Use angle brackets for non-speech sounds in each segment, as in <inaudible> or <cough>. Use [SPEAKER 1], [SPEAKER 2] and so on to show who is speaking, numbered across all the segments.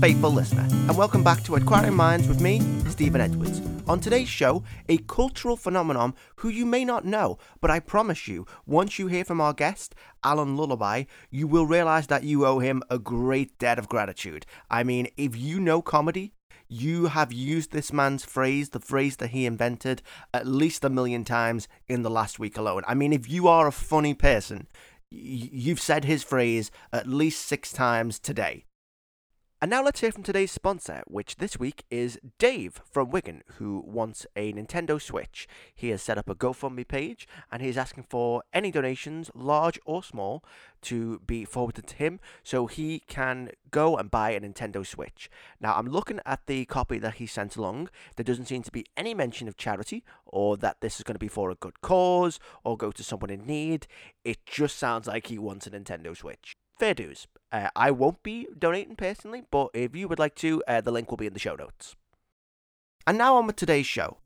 [SPEAKER 1] faithful listener, and welcome back to Inquiring Minds with me, Stephen Edwards. On today's show, a cultural phenomenon who you may not know, but I promise you, once you hear from our guest, Alan Lullaby, you will realise that you owe him a great debt of gratitude. I mean, if you know comedy, you have used this man's phrase, the phrase that he invented, at least a million times in the last week alone. I mean, if you are a funny person, y- you've said his phrase at least six times today. And now let's hear from today's sponsor, which this week is Dave from Wigan, who wants a Nintendo Switch. He has set up a GoFundMe page and he's asking for any donations, large or small, to be forwarded to him so he can go and buy a Nintendo Switch. Now, I'm looking at the copy that he sent along. There doesn't seem to be any mention of charity or that this is going to be for a good cause or go to someone in need. It just sounds like he wants a Nintendo Switch fair dues. Uh, I won't be donating personally, but if you would like to, uh, the link will be in the show notes. And now on with today's show.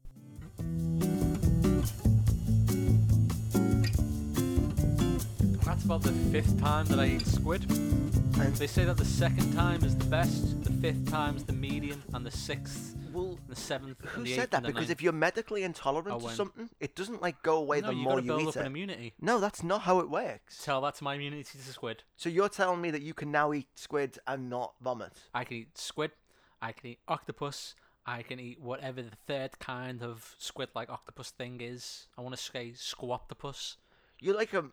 [SPEAKER 2] That's about the fifth time that I eat squid. They say that the second time is the best, the fifth time's the medium, and the sixth,
[SPEAKER 1] well,
[SPEAKER 2] the seventh, and
[SPEAKER 1] who
[SPEAKER 2] the
[SPEAKER 1] said
[SPEAKER 2] eighth
[SPEAKER 1] that?
[SPEAKER 2] and the
[SPEAKER 1] Because
[SPEAKER 2] ninth.
[SPEAKER 1] if you're medically
[SPEAKER 2] I
[SPEAKER 1] intolerant to
[SPEAKER 2] went-
[SPEAKER 1] something, it doesn't like go away
[SPEAKER 2] no,
[SPEAKER 1] the
[SPEAKER 2] you
[SPEAKER 1] more
[SPEAKER 2] gotta
[SPEAKER 1] you
[SPEAKER 2] build
[SPEAKER 1] eat
[SPEAKER 2] up an
[SPEAKER 1] it.
[SPEAKER 2] immunity.
[SPEAKER 1] No, that's not how it works.
[SPEAKER 2] Tell that's my immunity to squid.
[SPEAKER 1] So you're telling me that you can now eat squid and not vomit?
[SPEAKER 2] I can eat squid. I can eat octopus. I can eat whatever the third kind of squid-like octopus thing is. I want to say squoptopus.
[SPEAKER 1] You're like a,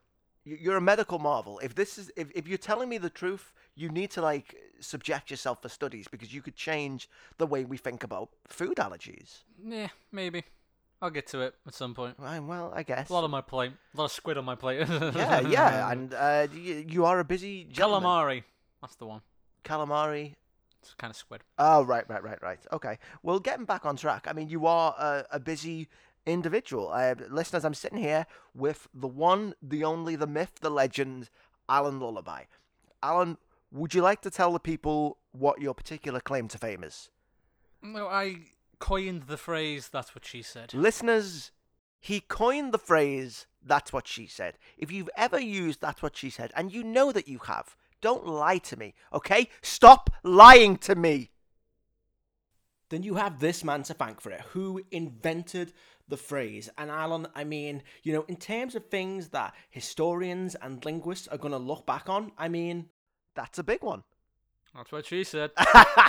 [SPEAKER 1] you- you're a medical marvel. If this is, if, if you're telling me the truth, you need to like subject yourself for studies because you could change the way we think about food allergies.
[SPEAKER 2] Yeah, maybe. I'll get to it at some point.
[SPEAKER 1] Right, well, I guess.
[SPEAKER 2] A lot on my plate. A lot of squid on my plate.
[SPEAKER 1] yeah,
[SPEAKER 2] <laughs>
[SPEAKER 1] yeah, and uh, you, you are a busy gentleman.
[SPEAKER 2] calamari. That's the one.
[SPEAKER 1] Calamari.
[SPEAKER 2] It's kind of squid.
[SPEAKER 1] Oh, right, right, right, right. Okay. Well, getting back on track. I mean, you are a, a busy individual. Uh, listeners, I'm sitting here with the one, the only, the myth, the legend, Alan Lullaby. Alan, would you like to tell the people what your particular claim to fame is?
[SPEAKER 2] No, I coined the phrase "That's what she said."
[SPEAKER 1] Listeners, he coined the phrase, that's what she said. If you've ever used that's what she said, and you know that you have, don't lie to me, okay? Stop lying to me! Then you have this man to thank for it, who invented the phrase. And Alan, I mean, you know, in terms of things that historians and linguists are going to look back on, I mean, that's a big one.
[SPEAKER 2] That's what she said.
[SPEAKER 1] Ah.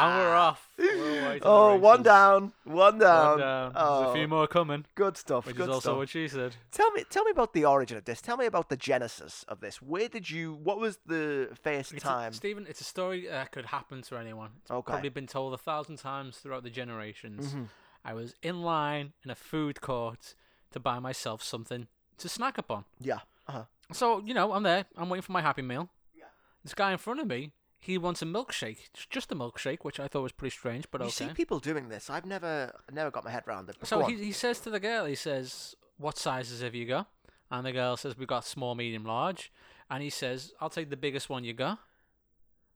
[SPEAKER 2] and
[SPEAKER 1] and <laughs>
[SPEAKER 2] we're off. We're away to the
[SPEAKER 1] Oh, one
[SPEAKER 2] races.
[SPEAKER 1] down, one down.
[SPEAKER 2] One down. There's
[SPEAKER 1] Oh,
[SPEAKER 2] a few more coming,
[SPEAKER 1] Good stuff.
[SPEAKER 2] which
[SPEAKER 1] good
[SPEAKER 2] is also
[SPEAKER 1] stuff.
[SPEAKER 2] what she said.
[SPEAKER 1] Tell me, tell me about the origin of this. Tell me about the genesis of this. Where did you? What was the first
[SPEAKER 2] It's a-
[SPEAKER 1] time?
[SPEAKER 2] Stephen, it's a story that could happen to anyone. It's
[SPEAKER 1] Okay. Mm-hmm.
[SPEAKER 2] probably been told a thousand times throughout the generations. I was in line in a food court to buy myself something to snack upon.
[SPEAKER 1] yeah. Uh-huh.
[SPEAKER 2] So, you know, I'm there. I'm waiting for my Happy Meal. This guy in front of me, he wants a milkshake. It's just a milkshake, which I thought was pretty strange, but
[SPEAKER 1] You
[SPEAKER 2] okay.
[SPEAKER 1] see people doing this. I've never, never got my head around it. But
[SPEAKER 2] So
[SPEAKER 1] go
[SPEAKER 2] he,
[SPEAKER 1] on.
[SPEAKER 2] he says to the girl, he says, What sizes have you got? And the girl says, We've got small, medium, large. And he says, I'll take the biggest one you got.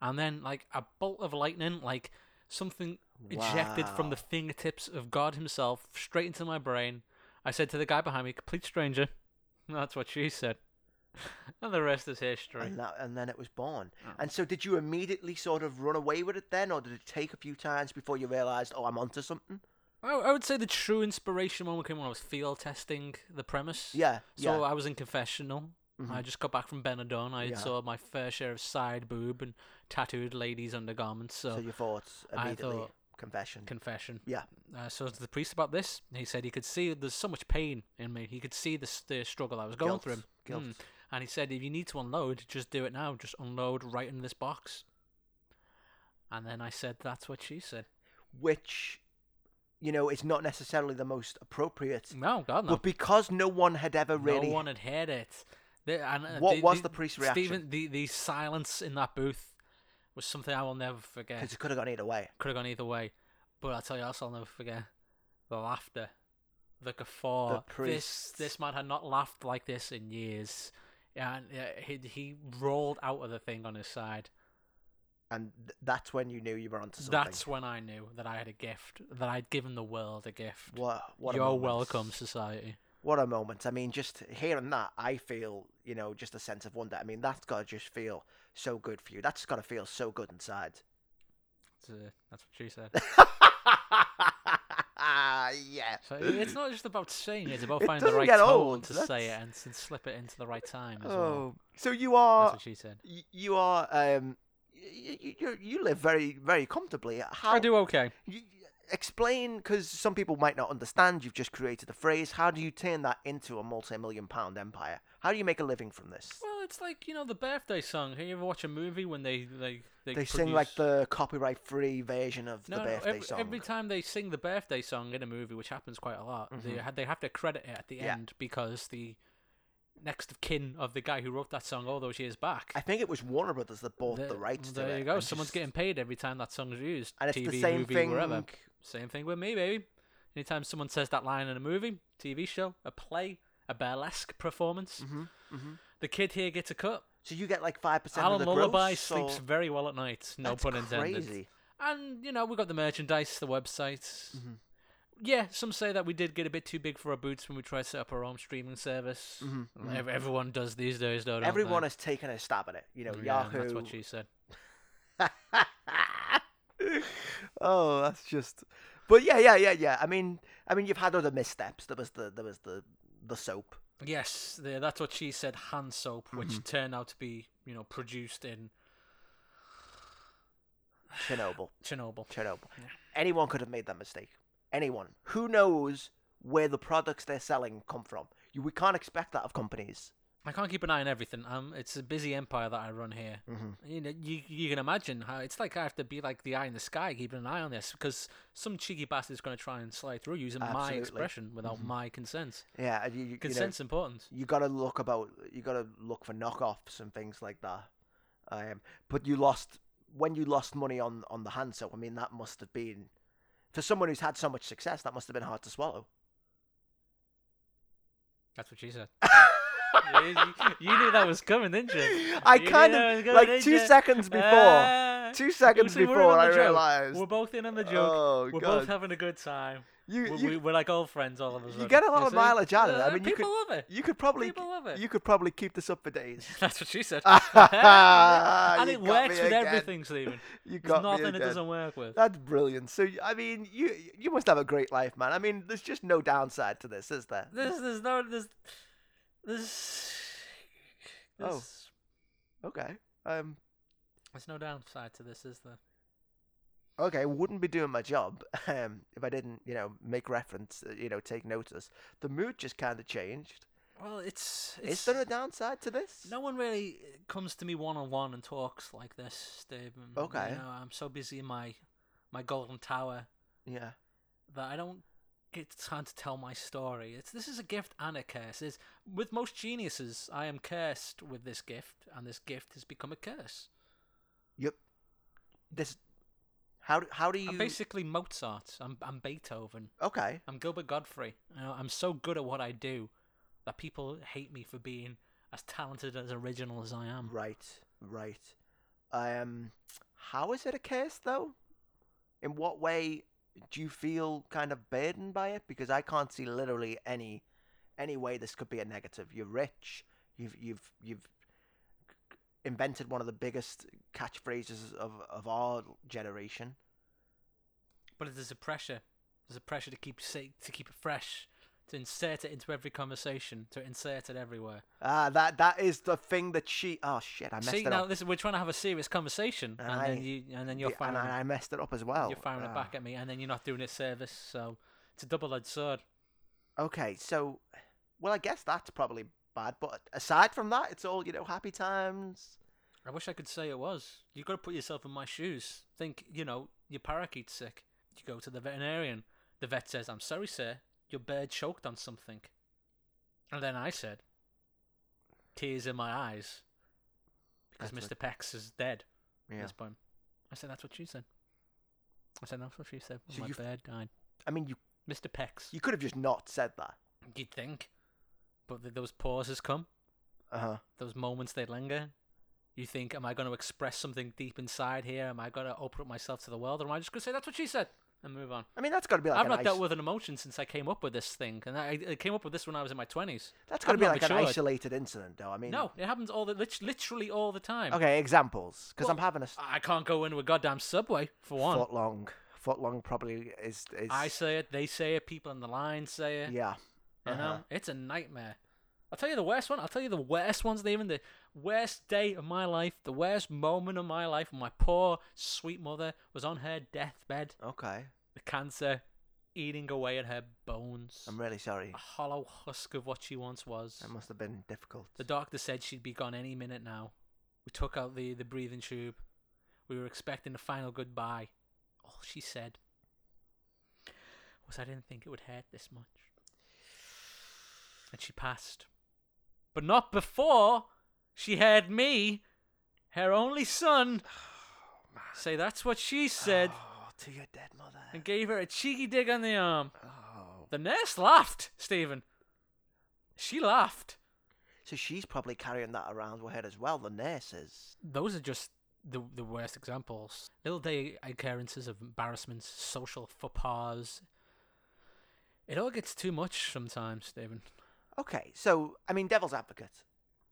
[SPEAKER 2] And then, like, a bolt of lightning, like something ejected from the
[SPEAKER 1] Wow.
[SPEAKER 2] fingertips of God Himself straight into my brain. I said to the guy behind me, Complete stranger. <laughs> That's what she said. <laughs> And the rest is history.
[SPEAKER 1] and, that, and then it was born.
[SPEAKER 2] Oh.
[SPEAKER 1] And so, did you immediately sort of run away with it then, or did it take a few times before you realised, oh, I'm onto something?
[SPEAKER 2] I, I would say the true inspiration moment came when I was field testing the premise.
[SPEAKER 1] Yeah.
[SPEAKER 2] So uh,
[SPEAKER 1] yeah. Mm-hmm.
[SPEAKER 2] I was in confessional. I just got back from Benidorm. I
[SPEAKER 1] Yeah.
[SPEAKER 2] saw my fair share of side boob and tattooed ladies' undergarments. So,
[SPEAKER 1] so your thoughts
[SPEAKER 2] I
[SPEAKER 1] immediately
[SPEAKER 2] thought-
[SPEAKER 1] confession.
[SPEAKER 2] confession.
[SPEAKER 1] yeah.
[SPEAKER 2] I saw to the priest about this. He said he could see there's so much pain in me. He could see the s- the struggle I was going
[SPEAKER 1] Guilt,
[SPEAKER 2] through.
[SPEAKER 1] guilt.
[SPEAKER 2] Mm. And he said, if you need to unload, just do it now. Just unload right in this box. And then I said, that's what she said.
[SPEAKER 1] Which, you know, it's not necessarily the most appropriate.
[SPEAKER 2] No, God no.
[SPEAKER 1] But because no one had ever really
[SPEAKER 2] No one had heard it. The- and, uh,
[SPEAKER 1] What was the priest's reaction?
[SPEAKER 2] Stephen, the, the silence in that booth was something I will never forget.
[SPEAKER 1] because it could have gone either way.
[SPEAKER 2] could have gone either way. But I'll tell you else I'll never forget. The laughter. The guffaw. this
[SPEAKER 1] priests.
[SPEAKER 2] this man had not laughed like this in years. And uh, he, he rolled out of the thing on his side.
[SPEAKER 1] and th- that's when you knew you were onto something.
[SPEAKER 2] That's when I knew that I had a gift, that I'd given the world a gift.
[SPEAKER 1] what. what a
[SPEAKER 2] You're
[SPEAKER 1] moment.
[SPEAKER 2] welcome, society.
[SPEAKER 1] What a moment! I mean, just hearing that, I feel you know just a sense of wonder. I mean, that's gotta just feel so good for you. That's gotta feel so good inside. <laughs>
[SPEAKER 2] That's, uh, that's what she said.
[SPEAKER 1] yeah.
[SPEAKER 2] So it- it's not just about saying it; it's about
[SPEAKER 1] It
[SPEAKER 2] finding the
[SPEAKER 1] doesn't
[SPEAKER 2] right
[SPEAKER 1] get
[SPEAKER 2] tone
[SPEAKER 1] old,
[SPEAKER 2] to
[SPEAKER 1] that's-
[SPEAKER 2] say it and s- slip it into the right time as well.
[SPEAKER 1] Oh, so you
[SPEAKER 2] That's
[SPEAKER 1] are
[SPEAKER 2] what she said.
[SPEAKER 1] y- you are um you, you you live very very comfortably. How
[SPEAKER 2] I do okay.
[SPEAKER 1] You, explain because some people might not understand. You've just created the phrase. How do you turn that into a multi-million pound empire? How do you make a living from this?
[SPEAKER 2] Well, it's like you know the birthday song. Have you ever watch a movie when they like they,
[SPEAKER 1] They sing like
[SPEAKER 2] produce-
[SPEAKER 1] the copyright-free version of the birthday
[SPEAKER 2] every,
[SPEAKER 1] song.
[SPEAKER 2] Every time they sing the birthday song in a movie, which happens quite a lot, they had they have to credit it at the
[SPEAKER 1] Mm-hmm. Yeah.
[SPEAKER 2] end because the next of kin of the guy who wrote that song all those years back.
[SPEAKER 1] I think it was Warner Brothers that bought the,
[SPEAKER 2] There-
[SPEAKER 1] rights to
[SPEAKER 2] there
[SPEAKER 1] it.
[SPEAKER 2] you go.
[SPEAKER 1] and
[SPEAKER 2] Someone's
[SPEAKER 1] just-
[SPEAKER 2] getting paid every time that song's used.
[SPEAKER 1] And it's the
[SPEAKER 2] TV,
[SPEAKER 1] same
[SPEAKER 2] movie,
[SPEAKER 1] thing-
[SPEAKER 2] wherever. Same thing with me, baby. Anytime someone says that line in a movie, TV show, a play, a burlesque performance,
[SPEAKER 1] Mm-hmm,
[SPEAKER 2] the kid here gets a cut.
[SPEAKER 1] So you get like five percent of
[SPEAKER 2] Alan
[SPEAKER 1] the
[SPEAKER 2] Lullaby
[SPEAKER 1] gross.
[SPEAKER 2] sleeps
[SPEAKER 1] or-
[SPEAKER 2] very well at night. No
[SPEAKER 1] That's
[SPEAKER 2] pun intended.
[SPEAKER 1] Crazy.
[SPEAKER 2] And you know, we got the merchandise, the websites.
[SPEAKER 1] Mm-hmm.
[SPEAKER 2] Yeah, some say that we did get a bit too big for our boots when we tried to set up our own streaming service. Ev- everyone does these days, though. don't
[SPEAKER 1] Mm-hmm, Everyone
[SPEAKER 2] they?
[SPEAKER 1] has taken a stab at it. You know,
[SPEAKER 2] Yeah,
[SPEAKER 1] Yahoo.
[SPEAKER 2] That's what she said.
[SPEAKER 1] <laughs> oh, that's just. But yeah, yeah, yeah, yeah. I mean, I mean, you've had other missteps. There was the there was the the soap.
[SPEAKER 2] Yes, the, that's what she said. Hand soap, which
[SPEAKER 1] Mm-hmm.
[SPEAKER 2] turned out to be you know produced in
[SPEAKER 1] Chernobyl.
[SPEAKER 2] Chernobyl.
[SPEAKER 1] Chernobyl. Anyone could have made that mistake. Anyone. Who knows where the products they're selling come from? You, we can't expect that of companies.
[SPEAKER 2] I can't keep an eye on everything. Um, it's a busy empire that I run here. You know, you you can imagine how it's like. I have to be like the eye in the sky, keeping an eye on this because some cheeky bastard's going to try and slide through using my
[SPEAKER 1] Absolutely.
[SPEAKER 2] expression without my consent.
[SPEAKER 1] Yeah, and you, you, you know,
[SPEAKER 2] Consent's important.
[SPEAKER 1] you gotta look about. You gotta look for knockoffs and things like that. Um, but you lost when you lost money on on the hand soap. I mean, that must have been for someone who's had so much success. That must have been hard to swallow.
[SPEAKER 2] That's what she said. you, you knew that was coming, didn't you?
[SPEAKER 1] <laughs> I
[SPEAKER 2] You knew
[SPEAKER 1] kind
[SPEAKER 2] that
[SPEAKER 1] of
[SPEAKER 2] was coming,
[SPEAKER 1] like
[SPEAKER 2] didn't
[SPEAKER 1] two
[SPEAKER 2] you?
[SPEAKER 1] seconds before.
[SPEAKER 2] Ah.
[SPEAKER 1] two seconds
[SPEAKER 2] See, Uh, we're in
[SPEAKER 1] before
[SPEAKER 2] on
[SPEAKER 1] I
[SPEAKER 2] the joke.
[SPEAKER 1] realized.
[SPEAKER 2] We're both in on the joke.
[SPEAKER 1] Oh,
[SPEAKER 2] we're
[SPEAKER 1] God.
[SPEAKER 2] both having a good time.
[SPEAKER 1] You-
[SPEAKER 2] we're,
[SPEAKER 1] you-
[SPEAKER 2] we- we're like old friends all of a sudden.
[SPEAKER 1] You get a lot of
[SPEAKER 2] see?
[SPEAKER 1] mileage out of it.
[SPEAKER 2] Uh,
[SPEAKER 1] I mean, you could,
[SPEAKER 2] people love it.
[SPEAKER 1] you could probably,
[SPEAKER 2] People love it. <laughs>
[SPEAKER 1] you could probably keep this up for days. <laughs>
[SPEAKER 2] That's what she said. <laughs> and
[SPEAKER 1] You got
[SPEAKER 2] it works
[SPEAKER 1] me
[SPEAKER 2] with
[SPEAKER 1] again. <laughs>
[SPEAKER 2] everything, Stephen.
[SPEAKER 1] You
[SPEAKER 2] There's
[SPEAKER 1] got me
[SPEAKER 2] nothing it
[SPEAKER 1] again.
[SPEAKER 2] doesn't
[SPEAKER 1] <laughs>
[SPEAKER 2] work with.
[SPEAKER 1] That's brilliant. So I mean, you you must have a great life, man. I mean, there's just no downside to this, is there?
[SPEAKER 2] There's, there's no, there's, there's,
[SPEAKER 1] Oh.
[SPEAKER 2] there's,
[SPEAKER 1] Okay. Um.
[SPEAKER 2] there's no downside to this, is there?
[SPEAKER 1] Okay. Wouldn't be doing my job <laughs> um, if I didn't, you know, make reference, uh, you know, take notice. The mood just kind of changed.
[SPEAKER 2] Well, it's,
[SPEAKER 1] Is
[SPEAKER 2] it's
[SPEAKER 1] there a downside to this?
[SPEAKER 2] no one really comes to me one on one and talks like this, Stephen.
[SPEAKER 1] Okay.
[SPEAKER 2] You know, I'm so busy in my, my golden tower
[SPEAKER 1] Yeah.
[SPEAKER 2] that I don't get time to tell my story. It's this is a gift and a curse. It's, with most geniuses, I am cursed with this gift, and this gift has become a curse.
[SPEAKER 1] Yep. This. How do, how do you?
[SPEAKER 2] I'm basically Mozart. I'm I'm Beethoven.
[SPEAKER 1] Okay.
[SPEAKER 2] I'm Gilbert Godfrey. You know, I'm so good at what I do that people hate me for being as talented as original as I am.
[SPEAKER 1] Right. Right. Um. How is it a curse though? In what way do you feel kind of burdened by it? Because I can't see literally any any way this could be a negative. You're rich. You've you've you've invented one of the biggest catchphrases of of our generation.
[SPEAKER 2] But there's a pressure. There's a pressure to keep say, to keep it fresh, to insert it into every conversation, to insert it everywhere.
[SPEAKER 1] Ah, that that is the thing that she. Oh shit! I messed
[SPEAKER 2] See
[SPEAKER 1] it
[SPEAKER 2] now,
[SPEAKER 1] up.
[SPEAKER 2] this we're trying to have a serious conversation, and
[SPEAKER 1] Aye.
[SPEAKER 2] then you and then you're
[SPEAKER 1] Yeah, and
[SPEAKER 2] firing,
[SPEAKER 1] I, I messed it up as well.
[SPEAKER 2] you're firing
[SPEAKER 1] Ah.
[SPEAKER 2] it back at me, and then you're not doing it service. So it's a double-edged sword.
[SPEAKER 1] Okay, so, well, I guess that's probably bad. But aside from that, it's all you know, happy times.
[SPEAKER 2] I wish I could say it was. You got to put yourself in my shoes. Think, you know, your parakeet's sick. You go to the veterinarian. The vet says, "I'm sorry, sir, your bird choked on something." And then I said, tears in my eyes, because
[SPEAKER 1] That's
[SPEAKER 2] Mr. Pex is dead at
[SPEAKER 1] Yeah.
[SPEAKER 2] this point. I said, "That's what she said." I said, "That's what she said." when
[SPEAKER 1] So
[SPEAKER 2] my
[SPEAKER 1] you've-
[SPEAKER 2] bird died.
[SPEAKER 1] I mean, you
[SPEAKER 2] Mr. Pex.
[SPEAKER 1] you could have just not said that.
[SPEAKER 2] You'd think. But th- those pauses come,
[SPEAKER 1] Uh huh.
[SPEAKER 2] those moments they linger. You think, am I going to express something deep inside here? Am I going to open up myself to the world? Or am I just going to say, that's what she said? and move on.
[SPEAKER 1] I mean, that's got to be like
[SPEAKER 2] I've
[SPEAKER 1] an
[SPEAKER 2] not
[SPEAKER 1] ice-
[SPEAKER 2] dealt with an emotion since I came up with this thing, and I, I came up with this when I was in my twenties.
[SPEAKER 1] That's got to
[SPEAKER 2] I've
[SPEAKER 1] be
[SPEAKER 2] not
[SPEAKER 1] like an
[SPEAKER 2] matured.
[SPEAKER 1] isolated incident, though. I mean,
[SPEAKER 2] No, it happens all the lit- literally all the time.
[SPEAKER 1] Okay, examples, because I'm
[SPEAKER 2] Well,
[SPEAKER 1] having a s-
[SPEAKER 2] I can't go into a goddamn subway for one.
[SPEAKER 1] foot long. Foot long probably is. is
[SPEAKER 2] I say it, they say it, people in the line say it.
[SPEAKER 1] yeah.
[SPEAKER 2] You know,
[SPEAKER 1] Uh-huh.
[SPEAKER 2] it's a nightmare. I'll tell you the worst one. I'll tell you the worst one's even the worst day of my life, the worst moment of my life. My poor sweet mother was on her deathbed,
[SPEAKER 1] Okay.
[SPEAKER 2] the cancer eating away at her bones,
[SPEAKER 1] I'm really sorry.
[SPEAKER 2] a hollow husk of what she once was.
[SPEAKER 1] That must have been difficult.
[SPEAKER 2] The doctor said she'd be gone any minute now. We took out the, the breathing tube. We were expecting a final goodbye. All she said was, I didn't think it would hurt this much. And she passed. But not before she heard me, her only son, say that's what she said
[SPEAKER 1] Oh, to your dead mother.
[SPEAKER 2] and gave her a cheeky dig on the arm.
[SPEAKER 1] Oh.
[SPEAKER 2] The nurse laughed, Stephen. She laughed.
[SPEAKER 1] So she's probably carrying that around with her as well, the nurses.
[SPEAKER 2] those are just the the worst examples. Little day occurrences of embarrassments, social faux pas. It all gets too much sometimes, Stephen.
[SPEAKER 1] Okay, so, I mean, devil's advocate.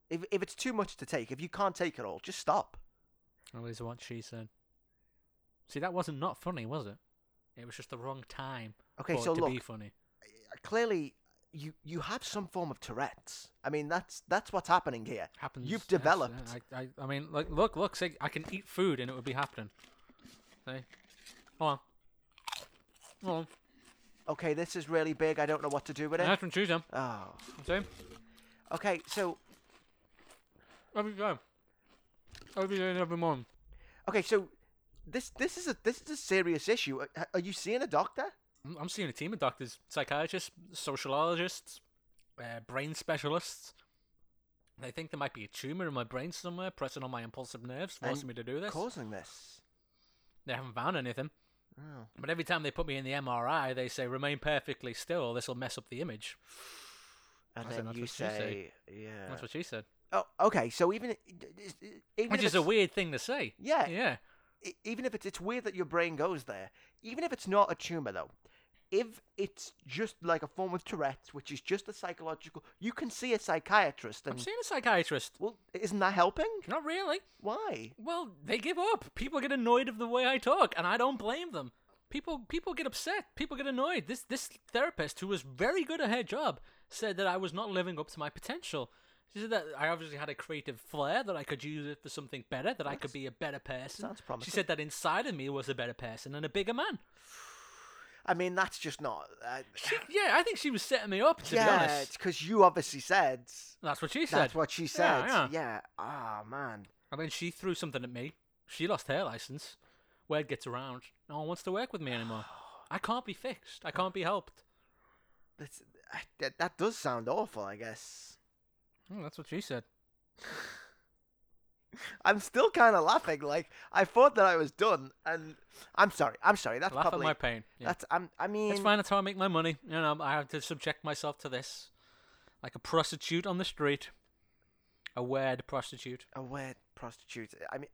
[SPEAKER 1] If, if it's too much to take, if you can't take it all, just stop.
[SPEAKER 2] That is what she said. See, that wasn't not funny, was it? It was just the wrong time
[SPEAKER 1] Okay,
[SPEAKER 2] for
[SPEAKER 1] so
[SPEAKER 2] it to
[SPEAKER 1] look,
[SPEAKER 2] be funny.
[SPEAKER 1] Uh, clearly you you have some form of Tourette's. I mean, that's that's what's happening here.
[SPEAKER 2] Happens.
[SPEAKER 1] You've
[SPEAKER 2] yes, yeah,
[SPEAKER 1] developed.
[SPEAKER 2] I, I, I mean, like, look, look. See, I can eat food and it would be happening. See, hold on, hold on.
[SPEAKER 1] Okay, this is really big. I don't know what to do with it.
[SPEAKER 2] Next one, choose them.
[SPEAKER 1] Oh,
[SPEAKER 2] See,
[SPEAKER 1] okay. So
[SPEAKER 2] every time, every day, and every morning.
[SPEAKER 1] okay, so this this is a this is a serious issue. Are- Are you seeing a doctor?
[SPEAKER 2] I'm- I'm seeing a team of doctors, psychiatrists, sociologists, uh, brain specialists. They think there might be a tumor in my brain somewhere, pressing on my impulsive nerves, forcing
[SPEAKER 1] And
[SPEAKER 2] me to do this.
[SPEAKER 1] Causing this?
[SPEAKER 2] They haven't found anything,
[SPEAKER 1] Oh,
[SPEAKER 2] but every time they put me in the MRI, they say remain perfectly still. This will mess up the image.
[SPEAKER 1] and
[SPEAKER 2] I said
[SPEAKER 1] then
[SPEAKER 2] that's
[SPEAKER 1] you
[SPEAKER 2] what she said.
[SPEAKER 1] say, yeah.
[SPEAKER 2] That's what she said,
[SPEAKER 1] oh, okay. So even i- i- i- even
[SPEAKER 2] which
[SPEAKER 1] if
[SPEAKER 2] is a
[SPEAKER 1] it's-
[SPEAKER 2] weird thing to say.
[SPEAKER 1] Yeah.
[SPEAKER 2] yeah.
[SPEAKER 1] i- e, even if it's it's weird that your brain goes there. Even if it's not a tumor though. If it's just like a form of Tourette's, which is just a psychological, you can see a psychiatrist
[SPEAKER 2] I'm
[SPEAKER 1] and
[SPEAKER 2] seeing a psychiatrist.
[SPEAKER 1] Well, isn't that helping?
[SPEAKER 2] Not really. <laughs>
[SPEAKER 1] Why?
[SPEAKER 2] Well, they give up. People get annoyed of the way I talk, and I don't blame them. People people get upset. People get annoyed. This this therapist who was very good at her job said that I was not living up to my potential. She said that I obviously had a creative flair that I could use it for something better, that I could be a better person.
[SPEAKER 1] sounds promising.
[SPEAKER 2] She said that inside of me was a better person and a bigger man.
[SPEAKER 1] I mean, that's just not. Uh, <sighs>
[SPEAKER 2] She, yeah, I think she was setting me up to be
[SPEAKER 1] yeah,
[SPEAKER 2] honest.
[SPEAKER 1] it's because you obviously said
[SPEAKER 2] That's what she said.
[SPEAKER 1] that's what she said.
[SPEAKER 2] yeah.
[SPEAKER 1] yeah. Ah, man.
[SPEAKER 2] I mean, she threw something at me. She lost her license. Word gets around. No one wants to work with me
[SPEAKER 1] <sighs>
[SPEAKER 2] anymore. I can't be fixed. I can't be helped.
[SPEAKER 1] That's, uh, that, that does sound awful. I guess
[SPEAKER 2] Hmm, that's what she said.
[SPEAKER 1] I'm still kind of laughing. Like I thought that I was done, and I'm sorry. I'm sorry. That's
[SPEAKER 2] Laugh
[SPEAKER 1] probably
[SPEAKER 2] at my pain. Yeah.
[SPEAKER 1] that's. I'm. I mean,
[SPEAKER 2] That's fine. That's how I make my money. You know, I have to subject myself to this, like a prostitute on the street, a weird prostitute.
[SPEAKER 1] a weird prostitute. I mean,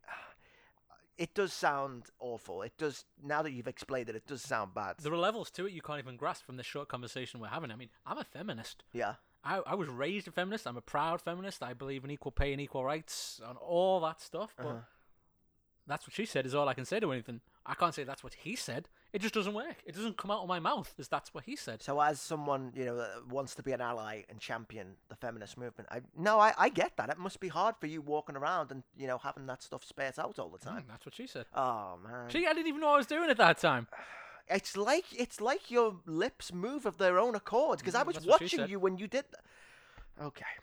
[SPEAKER 1] <sighs> it does sound awful. It does. Now that you've explained it, it does sound bad.
[SPEAKER 2] There are levels to it you can't even grasp from this short conversation we're having. I mean, I'm a feminist.
[SPEAKER 1] yeah.
[SPEAKER 2] I, I was raised a feminist. I'm a proud feminist. I believe in equal pay and equal rights and all that stuff. But
[SPEAKER 1] Uh-huh.
[SPEAKER 2] that's what she said is all I can say to anything. I can't say that's what he said. It just doesn't work. It doesn't come out of my mouth as that's what he said.
[SPEAKER 1] So, as someone you know that wants to be an ally and champion the feminist movement, I no, I, I get that. It must be hard for you walking around and you know having that stuff spare out all the time.
[SPEAKER 2] Mm, that's what she said.
[SPEAKER 1] Oh man,
[SPEAKER 2] She, I didn't even know I was doing it that time.
[SPEAKER 1] it's like it's like your lips move of their own accord because I
[SPEAKER 2] Mm,
[SPEAKER 1] was
[SPEAKER 2] that's what she
[SPEAKER 1] watching
[SPEAKER 2] said.
[SPEAKER 1] you when you did. Th- okay,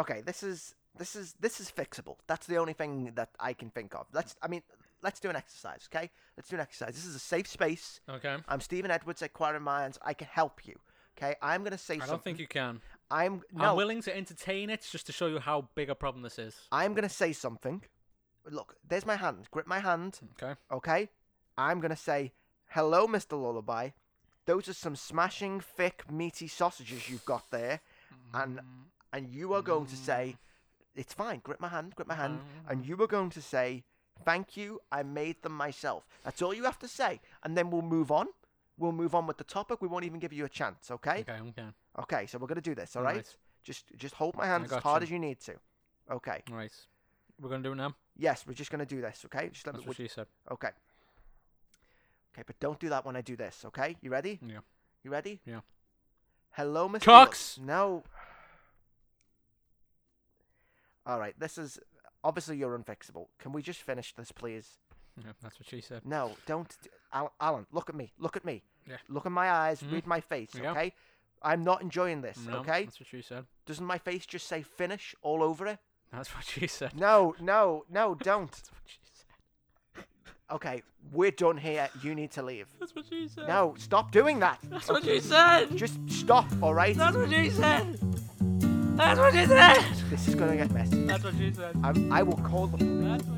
[SPEAKER 1] okay, this is this is this is fixable. That's the only thing that I can think of. Let's, I mean, let's do an exercise, okay? Let's do an exercise. This is a safe space.
[SPEAKER 2] Okay.
[SPEAKER 1] I'm Stephen Edwards at Quarren Minds. I can help you. Okay, I'm gonna say
[SPEAKER 2] I
[SPEAKER 1] something.
[SPEAKER 2] don't think you can.
[SPEAKER 1] I'm no.
[SPEAKER 2] I'm willing to entertain it just to show you how big a problem this is.
[SPEAKER 1] I'm gonna say something. Look, there's my hand. Grip my hand,
[SPEAKER 2] Okay.
[SPEAKER 1] okay? I'm gonna say, "Hello, Mr. Lullaby. Those are some smashing, thick, meaty sausages you've got there," and
[SPEAKER 2] Mm-hmm. Mm-hmm.
[SPEAKER 1] and you are going to say, "It's fine." Grip my hand. Grip my hand, and you are going to say, Thank you. I made them myself. That's all you have to say. And then we'll move on. We'll move on with the topic. We won't even give you a chance, okay?
[SPEAKER 2] Okay, okay.
[SPEAKER 1] Okay, so we're going to do this, all right?
[SPEAKER 2] Alright.
[SPEAKER 1] Just just hold my hand as
[SPEAKER 2] got
[SPEAKER 1] hard
[SPEAKER 2] you.
[SPEAKER 1] as you need to. Okay.
[SPEAKER 2] All right. We're going to do it now.
[SPEAKER 1] Yes, we're just going to do this, okay? Just let
[SPEAKER 2] That's
[SPEAKER 1] me
[SPEAKER 2] what she said.
[SPEAKER 1] Okay. Okay, but don't do that when I do this, okay? You ready?
[SPEAKER 2] Yeah.
[SPEAKER 1] You ready?
[SPEAKER 2] Yeah.
[SPEAKER 1] Hello, Mr.
[SPEAKER 2] Cox!
[SPEAKER 1] Lo- no. All right, this is obviously you're unfixable. Can we just finish this, please?
[SPEAKER 2] Yeah, that's what she said.
[SPEAKER 1] No, don't, d- Al- Alan. Look at me. Look at me.
[SPEAKER 2] Yeah.
[SPEAKER 1] Look at my eyes.
[SPEAKER 2] Mhm.
[SPEAKER 1] Read my face.
[SPEAKER 2] Yeah.
[SPEAKER 1] Okay. I'm not enjoying this.
[SPEAKER 2] No,
[SPEAKER 1] Okay.
[SPEAKER 2] That's what she said.
[SPEAKER 1] Doesn't my face just say finish all over it?
[SPEAKER 2] That's what she said.
[SPEAKER 1] No, no, no.
[SPEAKER 2] <laughs>
[SPEAKER 1] Don't.
[SPEAKER 2] That's what she said.
[SPEAKER 1] Okay, we're done here. You need to leave.
[SPEAKER 2] That's what she said.
[SPEAKER 1] No, stop doing
[SPEAKER 2] <laughs>
[SPEAKER 1] that.
[SPEAKER 2] That's what she said.
[SPEAKER 1] Just stop. All right.
[SPEAKER 2] That's what she said. That's what she said.
[SPEAKER 1] This is gonna get messy.
[SPEAKER 2] That's what she said.
[SPEAKER 1] I'm, I will call them.
[SPEAKER 2] That's what